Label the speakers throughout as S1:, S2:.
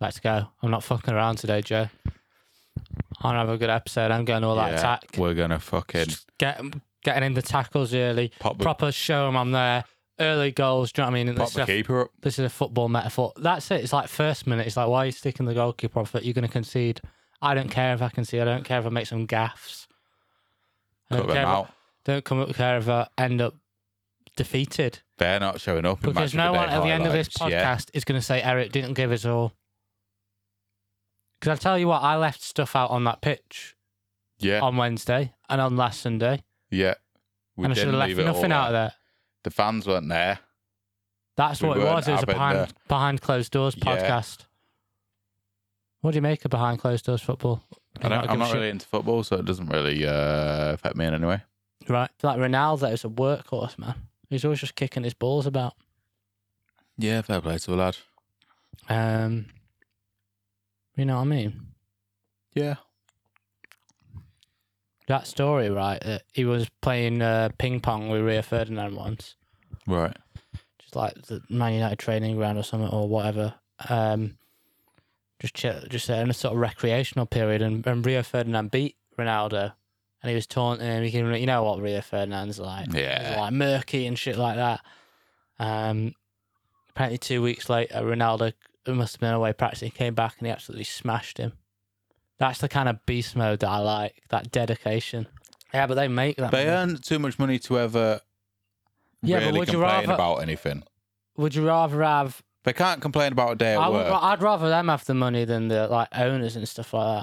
S1: let's go. I'm not fucking around today, Joe. I'll have a good episode. I'm going all that
S2: Yeah,
S1: attack.
S2: We're gonna fucking
S1: Get, getting in the tackles early.
S2: pop the,
S1: Proper show 'em I'm there. Early goals. Do you know what I mean?
S2: pop
S1: This
S2: the
S1: is, a,
S2: keeper up.
S1: this is a football metaphor. That's it. It's like first minute. It's like, why are you sticking the goalkeeper off it? You're going to concede. I don't care if I concede. I don't care if I make some gaffes. I
S2: Cut
S1: don't
S2: them
S1: care, if,
S2: out.
S1: don't come up care if I end up defeated.
S2: They're not showing up. in match
S1: Because
S2: of the
S1: no
S2: day
S1: one at the end of this podcast
S2: highlights. Yeah.
S1: is going to say Eric didn't give us all. Because I tell you what, I left stuff out on that pitch
S2: Yeah,
S1: on Wednesday and on last Sunday,
S2: yeah. We
S1: and I should
S2: didn't
S1: have left
S2: leave it all
S1: nothing out of
S2: there.
S1: there.
S2: The fans weren't there.
S1: That's
S2: We
S1: what it
S2: weren't
S1: was. It was a
S2: having
S1: behind behind closed doors
S2: Yeah.
S1: podcast. What do you make of behind closed doors football?
S2: I don't,
S1: give
S2: I'm
S1: a
S2: not
S1: shit.
S2: really into football, so it doesn't really uh, affect me in any way.
S1: right. I feel Like Ronaldo's a workhorse man. He's always just kicking his balls about.
S2: Yeah, fair play to the lad.
S1: Um, you know what I mean?
S2: Yeah.
S1: that story, right? That he was playing uh, ping pong with Rio Ferdinand once,
S2: Right.
S1: just like the Man United training ground or something or whatever. Um, just chill, just uh, in a sort of recreational period, and, and Rio Ferdinand beat Ronaldo, and he was taunting him. He can, you know what Rio Ferdinand's like? He's
S2: Yeah.
S1: like murky and shit like that. Um, apparently, two weeks later, Ronaldo must have been away practicing. Came back and he absolutely smashed him. That's the kind of beast mode that I like. That dedication. Yeah, but they make that.
S2: They
S1: money.
S2: earn too much money to ever
S1: Yeah, but
S2: really
S1: would you
S2: complain
S1: rather-
S2: about anything.
S1: Would you rather have?
S2: They can't complain about a day at
S1: I would,
S2: work.
S1: ra- I'd rather them have the money than the like owners and stuff like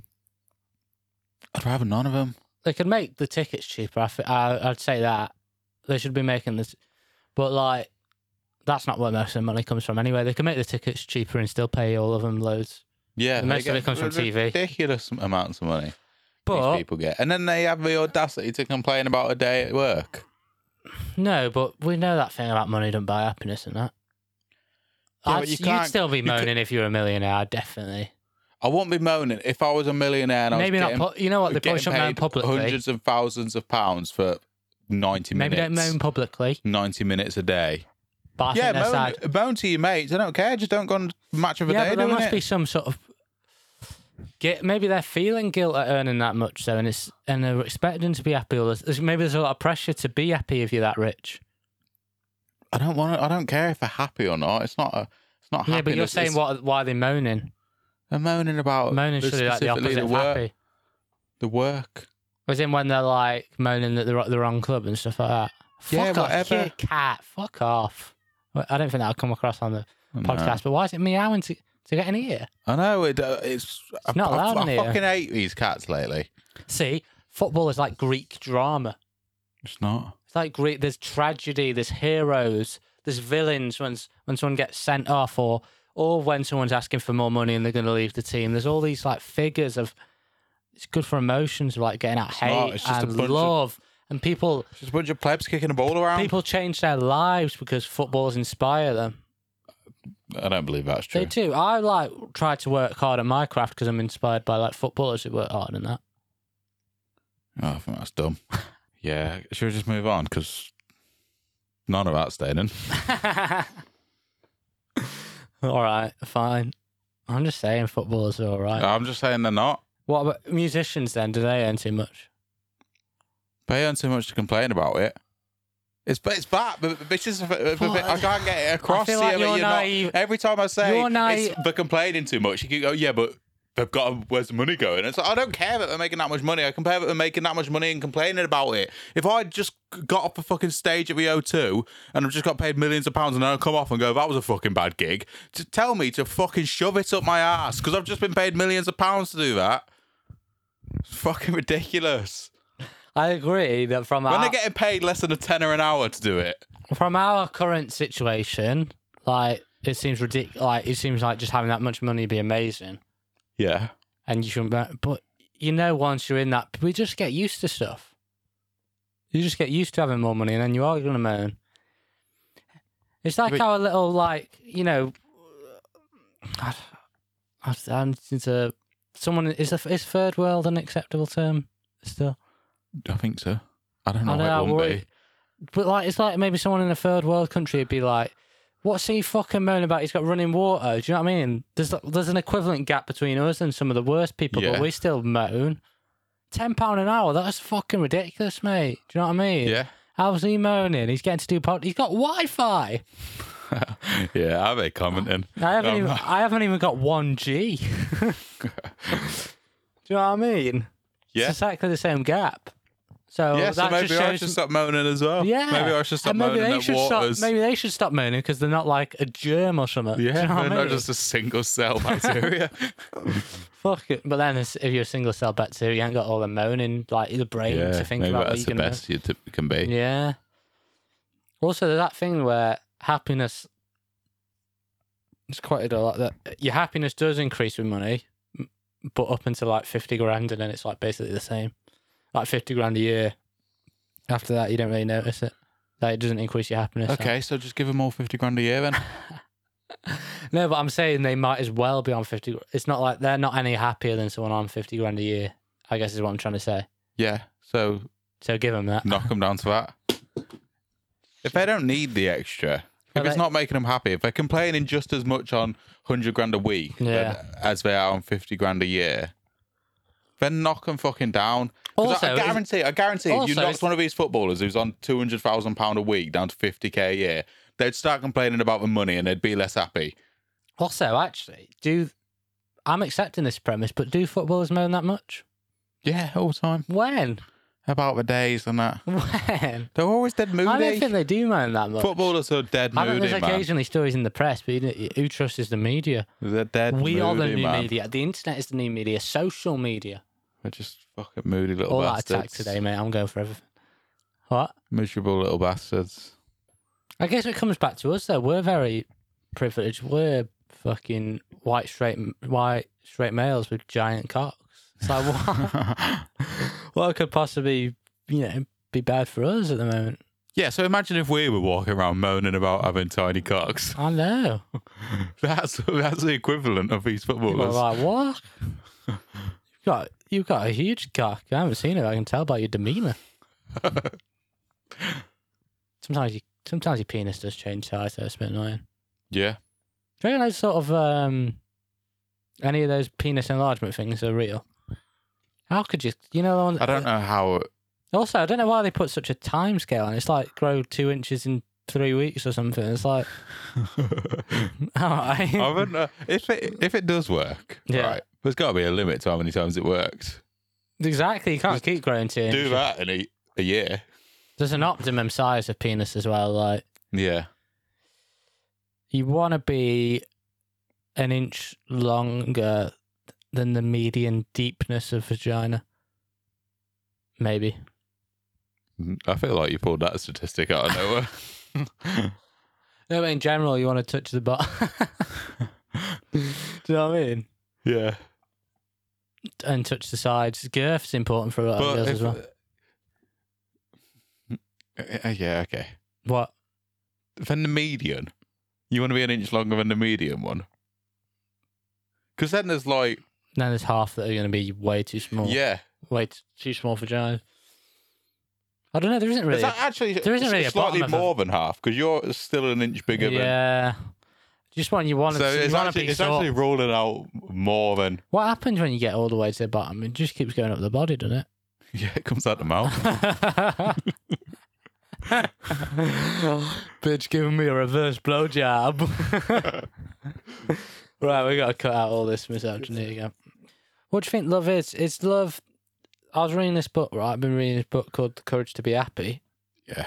S1: that.
S2: I'd rather none of them.
S1: They could make the tickets cheaper. I, th- I I'd say that they should be making this, but like that's not where most of the money comes from anyway. They can make the tickets cheaper and still pay all of them loads.
S2: Yeah,
S1: Most
S2: they
S1: of it
S2: get
S1: comes from TV.
S2: Ridiculous amounts of money these
S1: But
S2: people get, and then they have the audacity to complain about a day at work.
S1: No, but we know that thing about money don't buy happiness and that.
S2: Yeah, but
S1: I'd,
S2: you
S1: you would
S2: can't-
S1: still be
S2: you can't-
S1: moaning if you were a millionaire, definitely.
S2: I won't be moaning if I was a millionaire. And
S1: Maybe
S2: I was
S1: not.
S2: getting,
S1: pu- you know what? They probably
S2: getting
S1: shouldn't moan
S2: paid
S1: publicly.
S2: hundreds of thousands of pounds for ninety
S1: Maybe
S2: minutes.
S1: don't moan publicly.
S2: 90 minutes a day.
S1: But I
S2: yeah,
S1: think they're sad.
S2: moan, moan to your mates. I don't care. Just don't go on match of a
S1: Yeah,
S2: day
S1: but there
S2: doing
S1: must
S2: it.
S1: be some sort of. Get, maybe they're feeling guilt at earning that much, so and it's and they're expecting to be happy. All this. there's- Maybe there's a lot of pressure to be happy if you're that rich.
S2: I don't want. To, I don't care if they're happy or not. It's not. A, it's not.
S1: Yeah, but you're
S2: happiness,
S1: saying
S2: it's-
S1: what? Why are they moaning?
S2: They're moaning about
S1: Moaning
S2: the-
S1: should be like the
S2: specifically
S1: opposite of
S2: the work.
S1: happy.
S2: The work.
S1: Was in when they're like moaning that they're at the wrong club and stuff like that.
S2: Yeah,
S1: fuck off,
S2: whatever.
S1: you cat. Fuck off. Well, I don't think that'll come across on the podcast. But why is it meowing to, to get an ear?
S2: I know it. Uh, it's. I,
S1: not
S2: I-
S1: allowed
S2: I,
S1: in here.
S2: fucking hate these cats lately.
S1: See, football is like Greek drama.
S2: It's not.
S1: It's like Greek. There's tragedy. There's heroes. There's villains when s- when someone gets sent off or or when someone's asking for more money and they're going to leave the team. There's all these like figures of. It's good for emotions, like getting out
S2: not.
S1: hate
S2: It's just a
S1: and
S2: bunch of- Um,
S1: love, and people
S2: It's just a bunch of plebs kicking a ball around.
S1: people change their lives because footballers inspire them.
S2: I don't believe that's
S1: They
S2: true.
S1: do. I like try to work hard at my craft because I'm inspired by like footballers who work hard in that.
S2: Oh, I think that's dumb. yeah. Should we just move on? Because none of that's staying in.
S1: all right, fine. I'm just saying footballers are all right.
S2: I'm just saying they're not.
S1: what about musicians then? Do they earn too much?
S2: They earn too much to complain about it. It's it's that, but but it's just I can't get it across.
S1: I feel
S2: to you,
S1: like
S2: but
S1: you're
S2: not-
S1: naive.
S2: every time I say
S1: You're naive.
S2: it's- they're complaining too much, you can go, yeah, but they've got where's the money going? It's like I don't care that they're making that much money. I compare that they're making that much money and complaining about it. If I just got off a fucking stage at the O2 and I've just got paid millions of pounds and then I come off and go, that was a fucking bad gig, to tell me to fucking shove it up my ass because I've just been paid millions of pounds to do that. It's fucking ridiculous.
S1: I agree that from
S2: When
S1: our
S2: they're getting paid less than a tenner an hour to do it.
S1: from our current situation, like it seems ridiculous. Like it seems like just having that much money would be amazing.
S2: Yeah.
S1: and you shouldn't. But, but you know, once you're in that, we just get used to stuff. You just get used to having more money, and then you are going to moan. It's like
S2: But-
S1: our little, like you know, I, I, I'm into someone is a, is third world an acceptable term still?
S2: I think so. I don't know.
S1: I
S2: I
S1: know, I
S2: it won't
S1: worry.
S2: be.
S1: But like, it's like maybe someone in a third world country would be like, What's he fucking moaning about? He's got running water. Do you know what I mean? There's there's an equivalent gap between us and some of the worst people,
S2: Yeah.
S1: but we still moan. Ten pound an hour. That's fucking ridiculous, mate. Do you know what I mean?
S2: Yeah.
S1: How's he moaning? He's getting to do pod. He's got Wi-Fi.
S2: yeah, I ain't commenting.
S1: I haven't
S2: Um,
S1: even I haven't even got one G. do you know what I mean?
S2: Yeah.
S1: It's exactly the same gap. So
S2: yeah,
S1: oh, that
S2: so maybe
S1: just
S2: I
S1: shows
S2: should stop moaning as well.
S1: Yeah.
S2: Maybe I should stop
S1: And maybe
S2: moaning
S1: they
S2: at
S1: should
S2: waters.
S1: Stop, maybe they should stop moaning because they're not like a germ or something. Do you
S2: yeah,
S1: know what I
S2: they're not
S1: mean?
S2: just a single cell bacteria.
S1: Fuck it. But then it's- if you're a single cell bacteria, you ain't got all the moaning, like the brain
S2: yeah,
S1: to think
S2: maybe
S1: about. what
S2: that's
S1: you're
S2: the
S1: gonna-
S2: best you t- can be.
S1: Yeah. Also, there's that thing where happiness. It's quite a lot that your happiness does increase with money, m- but up until like 50 grand, and then it's like basically the same. Like 50 grand a year. After that, you don't really notice it. That it doesn't increase your happiness.
S2: Okay, so just give them all fifty grand a year then.
S1: No, but I'm saying they might as well be on 50. gr- It's not like they're not any happier than someone on 50 grand a year, I guess is what I'm trying to say.
S2: yeah, so
S1: So give them that.
S2: knock them down to that. If they don't need the extra, if
S1: Well,
S2: it's
S1: they-
S2: not making them happy, if they're complaining just as much on hundred grand a week
S1: Yeah.
S2: than- as they are on fifty grand a year, then knock them fucking down. 'Cause
S1: Also,
S2: I, I
S1: is-
S2: guarantee, I guarantee, if
S1: also,
S2: you knocked
S1: it's-
S2: one of these footballers who's on two hundred thousand pound a week down to fifty k a year, they'd start complaining about the money and they'd be less happy.
S1: Also, actually, do I'm accepting this premise, but do footballers moan that much?
S2: Yeah, all the time
S1: When?
S2: about the days and that.
S1: When?
S2: They're always dead moody.
S1: I don't think they do moan that much.
S2: Footballers are dead
S1: I think
S2: moody,
S1: there's
S2: man.
S1: occasionally stories in the press, but you don't- who trusts the media?
S2: They're dead
S1: We
S2: moody,
S1: are the new
S2: man.
S1: media. The internet is the new media. Social media.
S2: They're just fucking moody little
S1: All that
S2: bastards.
S1: attack today, mate. I'm going for everything. What?
S2: Miserable little bastards.
S1: I guess it comes back to us though. We're very privileged. We're fucking white straight white straight males with giant cocks. It's like what, what could possibly you know be bad for us at the moment?
S2: yeah, so imagine if we were walking around moaning about having tiny cocks.
S1: I know.
S2: That's that's the equivalent of these
S1: People
S2: footballers.
S1: are like what? You've got you've got a huge cock. I haven't seen it. I can tell by your demeanour. sometimes you sometimes your penis does change size. Though. It's a bit annoying.
S2: Yeah.
S1: Do you reckon those sort of um, any of those penis enlargement things are real? How could you? You know, the one-
S2: I don't know how.
S1: Also, I don't know why they put such a time scale on. it. It's like grow two inches in three weeks or something. It's like, all
S2: I
S1: right.
S2: don't know. If it if it does work,
S1: Yeah.
S2: right, there's got to be a limit to how many times it works.
S1: exactly. You can't keep growing two.
S2: Do
S1: inches.
S2: that in a, a year.
S1: There's an optimum size of penis as well. Like
S2: Yeah.
S1: you want to be an inch longer than the median deepness of vagina. Maybe.
S2: Mm, I feel like you pulled that statistic out of nowhere.
S1: No, but in general, you want to touch the butt. Do you know what I mean?
S2: yeah.
S1: And touch the sides. Girth's important for a lot of
S2: But
S1: girls
S2: if-
S1: as well.
S2: Uh, yeah, okay.
S1: What?
S2: Then the median. You want to be an inch longer than the median one. Because then there's like,
S1: Then there's half that are going to be way too small.
S2: yeah,
S1: Way t- too small for giant. I don't know. There isn't really.
S2: it's
S1: a-
S2: a- actually
S1: There isn't
S2: s-
S1: really a
S2: slightly
S1: bottom of
S2: more than half because you're still an inch bigger
S1: yeah. Just when you want
S2: than.
S1: to,
S2: So it's
S1: you want to
S2: actually,
S1: be
S2: it's
S1: sort.
S2: actually ruling out more than.
S1: What happens when you get all the way to the bottom? It just keeps going up the body, doesn't it?
S2: Yeah, it comes out the mouth.
S1: Bitch giving me a reverse blowjob. right, we gotta cut out all this misogyny again. What do you think love is? It's love. I was reading this book, right? I've been reading this book called The Courage to Be Happy.
S2: yeah.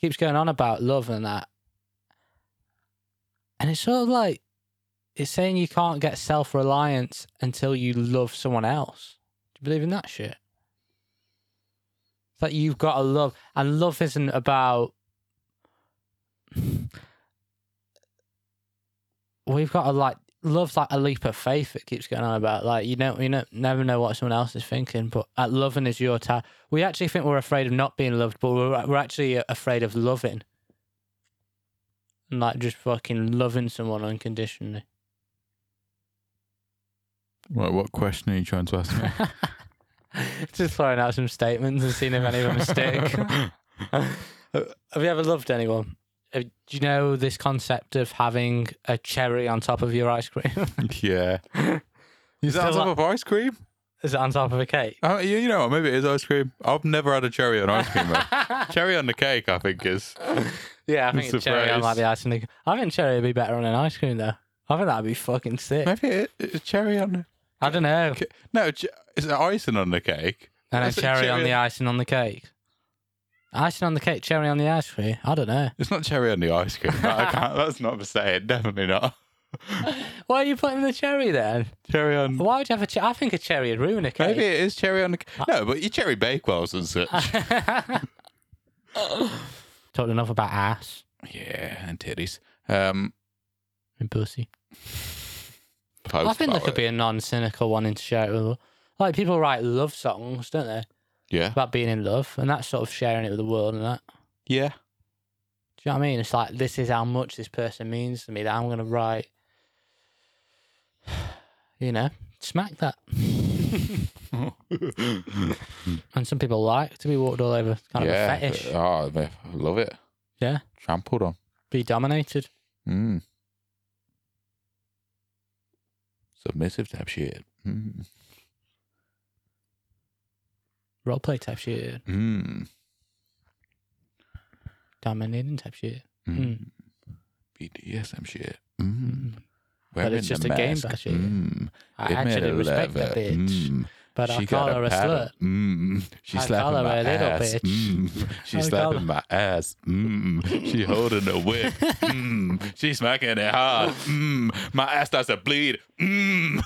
S1: keeps going on about love and that. And it's sort of like it's saying you can't get self reliance until you love someone else. Do you believe in that shit? It's like you've got to love, and love isn't about. We've got to like love's like a leap of faith. It keeps going on about like you don't you know never know what someone else is thinking, but at loving is your time. We actually think we're afraid of not being loved, but we're we're actually uh, afraid of loving, and like just fucking loving someone unconditionally.
S2: Right, what question are you trying to ask me?
S1: just throwing out some statements and seeing if any of them stick. Have you ever loved anyone? uh, do you know this concept of having a cherry on top of your ice cream?
S2: Yeah. Is that
S1: still
S2: on top
S1: like-
S2: of ice cream?
S1: Is it on top of a cake?
S2: Oh, you, you know what? Maybe it is ice cream. I've never had a cherry on ice cream. though. cherry on the cake, I think, is.
S1: Yeah, I think a cherry on
S2: Surprise.
S1: like the ice cream. I think cherry would be better on an ice cream though. I think that'd be fucking sick.
S2: Maybe it, it's cherry on the
S1: I don't know.
S2: cake. No, che- is it icing on the cake?
S1: And a
S2: That's a
S1: cherry on
S2: cherry-
S1: the icing on the cake. Icing on the cake, cherry on the ice cream. I don't know.
S2: It's not cherry on the ice cream. I can't, that's not for saying. Definitely not.
S1: Why are you putting the cherry then?
S2: Cherry on.
S1: Why would you have a cherry? I think a cherry would ruin a cake. Ah.
S2: Maybe it is cherry on the cake. No, but your cherry bakewells and such.
S1: Talked enough about ass
S2: yeah, and titties. Um,
S1: and pussy.
S2: post
S1: I think there
S2: about
S1: could be a non-cynical one in share it with. Like people write love songs, don't they?
S2: it. Yeah.
S1: About being in love and that's sort of sharing it with the world and that.
S2: Yeah.
S1: Do you know what I mean? It's like this is how much this person means to me that I'm gonna write. You know, smack that. and some people like to be walked all over, kind of
S2: yeah.
S1: a fetish,
S2: Oh, I love it.
S1: Yeah.
S2: Trampled on.
S1: be dominated.
S2: Mm. Submissive type shit. Mm.
S1: Roleplay type shit,
S2: Mm.
S1: dominating type shit.
S2: Mm. BDSM shit. Mm.
S1: Hmm. But it's
S2: Wearing
S1: just
S2: the
S1: a game
S2: mask.
S1: by shit.
S2: Mm.
S1: I
S2: Give me
S1: actually
S2: the
S1: respect that
S2: leather.
S1: bitch,
S2: Mm.
S1: but I call
S2: got
S1: her a
S2: paddle.
S1: slut.
S2: Mm.
S1: I
S2: She's slapping
S1: call her
S2: my
S1: a little
S2: ass.
S1: bitch.
S2: Mm. She's
S1: I call
S2: slapping my ass. Mm. She holding a whip. mm. She's smacking it hard. Mm. My ass starts to bleed. Mm.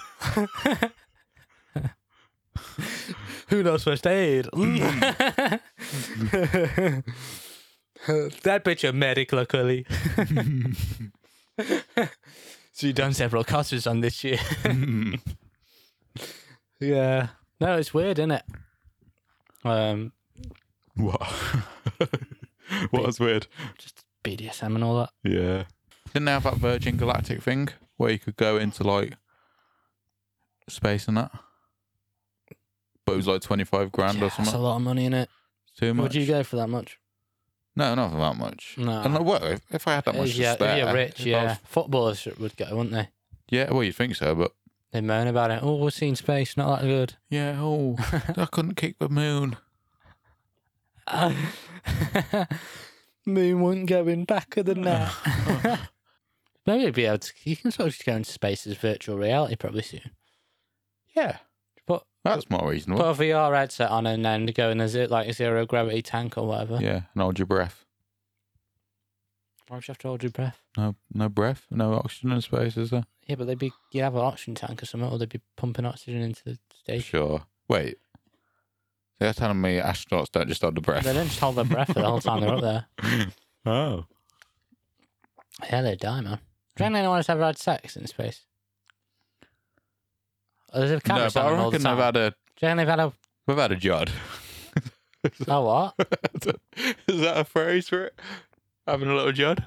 S1: Who knows first aid? that bitch a medic, luckily. she done several courses on this year.
S2: Mm.
S1: yeah. No, it's weird, isn't it? Um,
S2: What? what was weird?
S1: just BDSM and all that.
S2: Yeah. Didn't they have that Virgin Galactic thing where you could go into like space and that? But it was like 25 grand
S1: Yeah,
S2: or
S1: that's a
S2: something.
S1: lot of money in it.
S2: Too much.
S1: Would you go for that much?
S2: No, not for that much.
S1: No.
S2: And like, well, if, if I had that
S1: Uh,
S2: much to
S1: yeah,
S2: spare,
S1: if you're rich,
S2: if I
S1: yeah.
S2: was-
S1: Footballers would go, wouldn't they?
S2: yeah, well, you'd think so, but
S1: They moan about it. Oh, we're seeing space, not that good.
S2: yeah, oh, I couldn't kick the moon.
S1: Moon won't go in back of the net. Maybe you'd be able to. You can sort of just go into space as virtual reality probably soon.
S2: Yeah,
S1: Put
S2: that's more reasonable.
S1: put a VR headset on and then go in a zero, like a zero gravity tank or whatever.
S2: yeah, and hold your breath.
S1: Why would you have to hold your breath?
S2: No, no breath, no oxygen in space, is there?
S1: Yeah, but they'd be you have an oxygen tank or something, or they'd be pumping oxygen into the station.
S2: Sure. Wait, so you're telling me astronauts don't just hold the
S1: They
S2: breath?
S1: don't just hold their breath for the whole time they're up there.
S2: Oh,
S1: Yeah, they die, man. Do you reckon anyone has ever had sex in space? Oh, There's a camera
S2: no, but
S1: on them
S2: I
S1: all the
S2: reckon
S1: time.
S2: I've had a
S1: Do you reckon they've had a
S2: we've had a jod.
S1: oh what?
S2: is that a phrase for it? Having a little jod.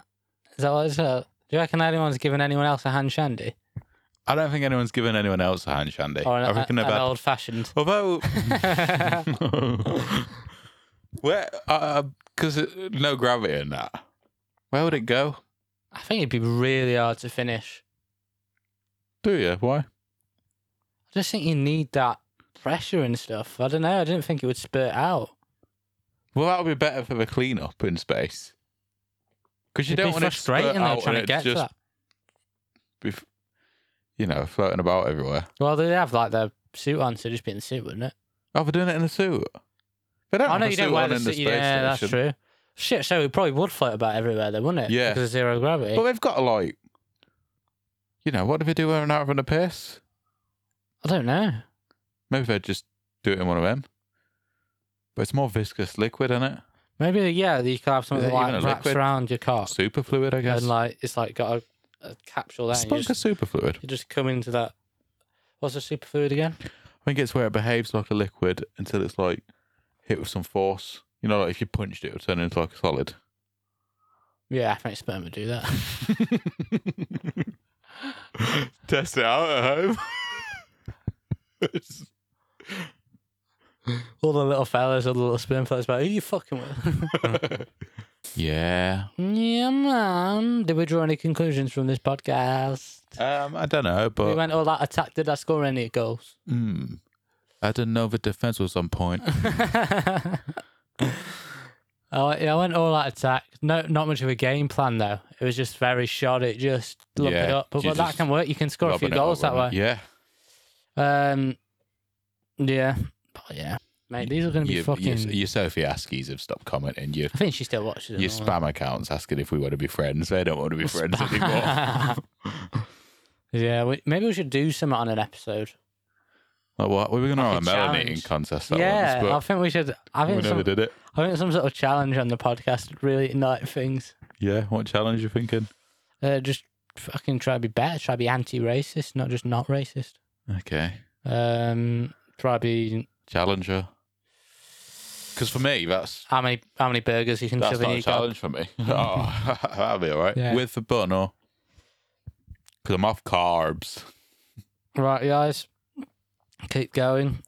S1: Is that what it's uh, Do you reckon anyone's given anyone else a hand shandy?
S2: I don't think anyone's given anyone else a hand shandy.
S1: Or an,
S2: I reckon
S1: a-
S2: I've
S1: an
S2: had
S1: old fashioned?
S2: Although,
S1: yeah,
S2: where, because no gravity in that, where would it go?
S1: I think it'd be really hard to finish.
S2: Do you? Why?
S1: I just think you need that pressure and stuff. I don't know. I didn't think it would spurt out.
S2: Well, that would be better for the cleanup in space. Because you
S1: It'd
S2: don't
S1: be
S2: want to
S1: frustrating
S2: spurt
S1: though,
S2: out
S1: trying
S2: and
S1: to get
S2: it's just,
S1: to that.
S2: be f- you know, floating about everywhere.
S1: Well, they have like their suit on, so just be in the suit, wouldn't it?
S2: Oh, they're doing it in a suit. They don't
S1: I
S2: have
S1: know
S2: a
S1: you
S2: suit
S1: don't wear
S2: on
S1: the
S2: in the
S1: suit.
S2: space
S1: Yeah, that's
S2: station.
S1: true. Shit, so it probably would float about everywhere, though, wouldn't it?
S2: Yeah.
S1: because of zero gravity.
S2: But they've got to, like, you know, what do they do when they're out having a piss?
S1: I don't know.
S2: Maybe they'd just do it in one of them. But it's more viscous liquid, isn't it?
S1: Maybe yeah, you could have something
S2: it
S1: that, like
S2: even a
S1: wraps
S2: liquid?
S1: around your car
S2: Super fluid, I guess.
S1: and like it's like got a, a capsule there. and you
S2: Spunk
S1: just,
S2: is super fluid.
S1: you just come into that. What's the superfluid again?
S2: I think it's where it behaves like a liquid until it's like hit with some force. You know, like if you punched it, it would turn into like a solid.
S1: Yeah, I think sperm would do that.
S2: Test it out at home.
S1: all the little fellas, all the little spin fellas, but who you fucking with?
S2: Yeah.
S1: yeah, man. Did we draw any conclusions from this podcast?
S2: Um, I don't know,
S1: We
S2: but
S1: went all out attack. Did I score any goals?
S2: mm, I didn't know the defense was on point.
S1: I, went- Oh, yeah, I went all out attack. No, not much of a game plan though. It was just very short. It just lump it
S2: Yeah,
S1: up. But
S2: you
S1: well, that
S2: just
S1: can work. You can score a few
S2: Rubbing it
S1: goals
S2: up,
S1: that way.
S2: rubbing it- Yeah.
S1: Um, yeah, but yeah, mate, these are going to be
S2: Your,
S1: fucking.
S2: your, your Sophie Askies have stopped commenting. Your
S1: I think she still watches. them
S2: your
S1: all.
S2: spam accounts asking if we want to be friends. They don't want to be friends anymore.
S1: yeah, we, maybe we should do something on an episode.
S2: Like what? We were going to
S1: Like
S2: have
S1: a
S2: a melon
S1: challenge.
S2: eating contest that
S1: yeah, I
S2: once,
S1: think we should. I
S2: but we
S1: think,
S2: never
S1: some,
S2: did it.
S1: I think some sort of challenge on the podcast would really ignite things.
S2: Yeah. What challenge you thinking?
S1: Uh, just fucking try to be better. Try to be anti-racist, not just not racist.
S2: Okay.
S1: Um, try to be
S2: Challenger. Because for me, that's
S1: how many how many burgers you can
S2: that's
S1: shove in
S2: not a
S1: your gob.
S2: challenge for me. oh, that'll be all right.
S1: Yeah.
S2: With the bun or? Because I'm off carbs.
S1: Right, guys, keep going,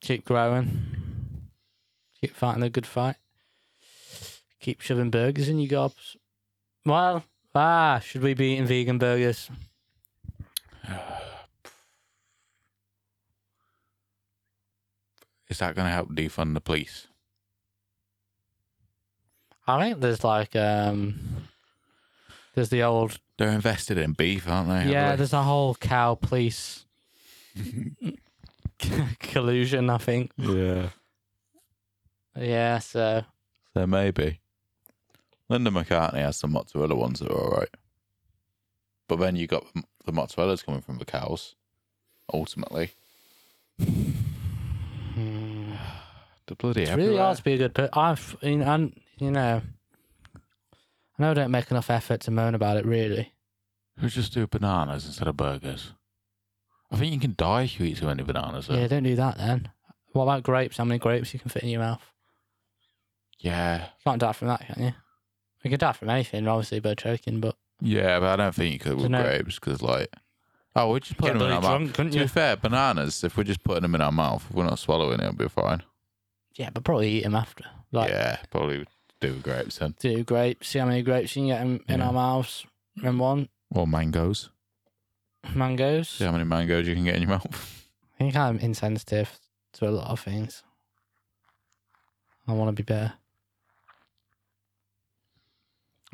S1: keep growing, keep fighting the good fight, keep shoving burgers in your gobs. Well, ah, should we be eating vegan burgers?
S2: Is that going to help defund the police?
S1: I think there's like um, there's the old
S2: They're invested in beef, aren't they?
S1: yeah,
S2: Heavily?
S1: there's a whole cow police collusion. I think
S2: yeah.
S1: yeah, so
S2: So maybe. Linda McCartney has some mozzarella ones that are all right. But then you got m- the mozzarella's coming from the cows, ultimately.
S1: hmm,
S2: The bloody
S1: it's really hard to be a good person. I've you know, I'm- you know, I know I don't make enough effort to moan about it. Really,
S2: Who just do bananas instead of burgers? I think you can die if you eat too many bananas. though.
S1: yeah, don't do that then. What about grapes? How many grapes you can fit in your mouth?
S2: yeah.
S1: You can't die from that, can you? You can die from anything, obviously, by choking, but
S2: Yeah, but I don't think you could with
S1: Dunno.
S2: grapes because, like, oh, we're just
S1: get
S2: putting them in our
S1: bloody
S2: mouth.
S1: drunk, couldn't
S2: To be
S1: you?
S2: fair, bananas, if we're just putting them in our mouth, if we're not swallowing it, it'll be fine.
S1: Yeah, but probably eat them after. Like,
S2: yeah, probably would do with grapes then.
S1: do grapes, see how many grapes you can get in, in
S2: Yeah.
S1: our mouths. And one,
S2: Or mangoes.
S1: mangoes.
S2: See how many mangoes you can get in your mouth.
S1: I think I'm insensitive to a lot of things. I want to be better.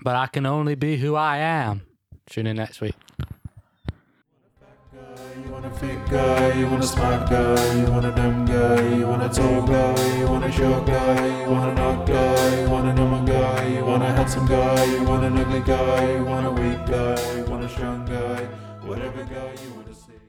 S1: But I can only be who I am. Tune in next week.
S3: You want a fit guy, you want a smart guy, you want a dumb guy, you want a tall guy, you want a short guy, you want a knock guy, you want a normal guy, you want a handsome guy, you want an ugly guy, you want a weak guy, you want a strong guy, whatever guy you want to see.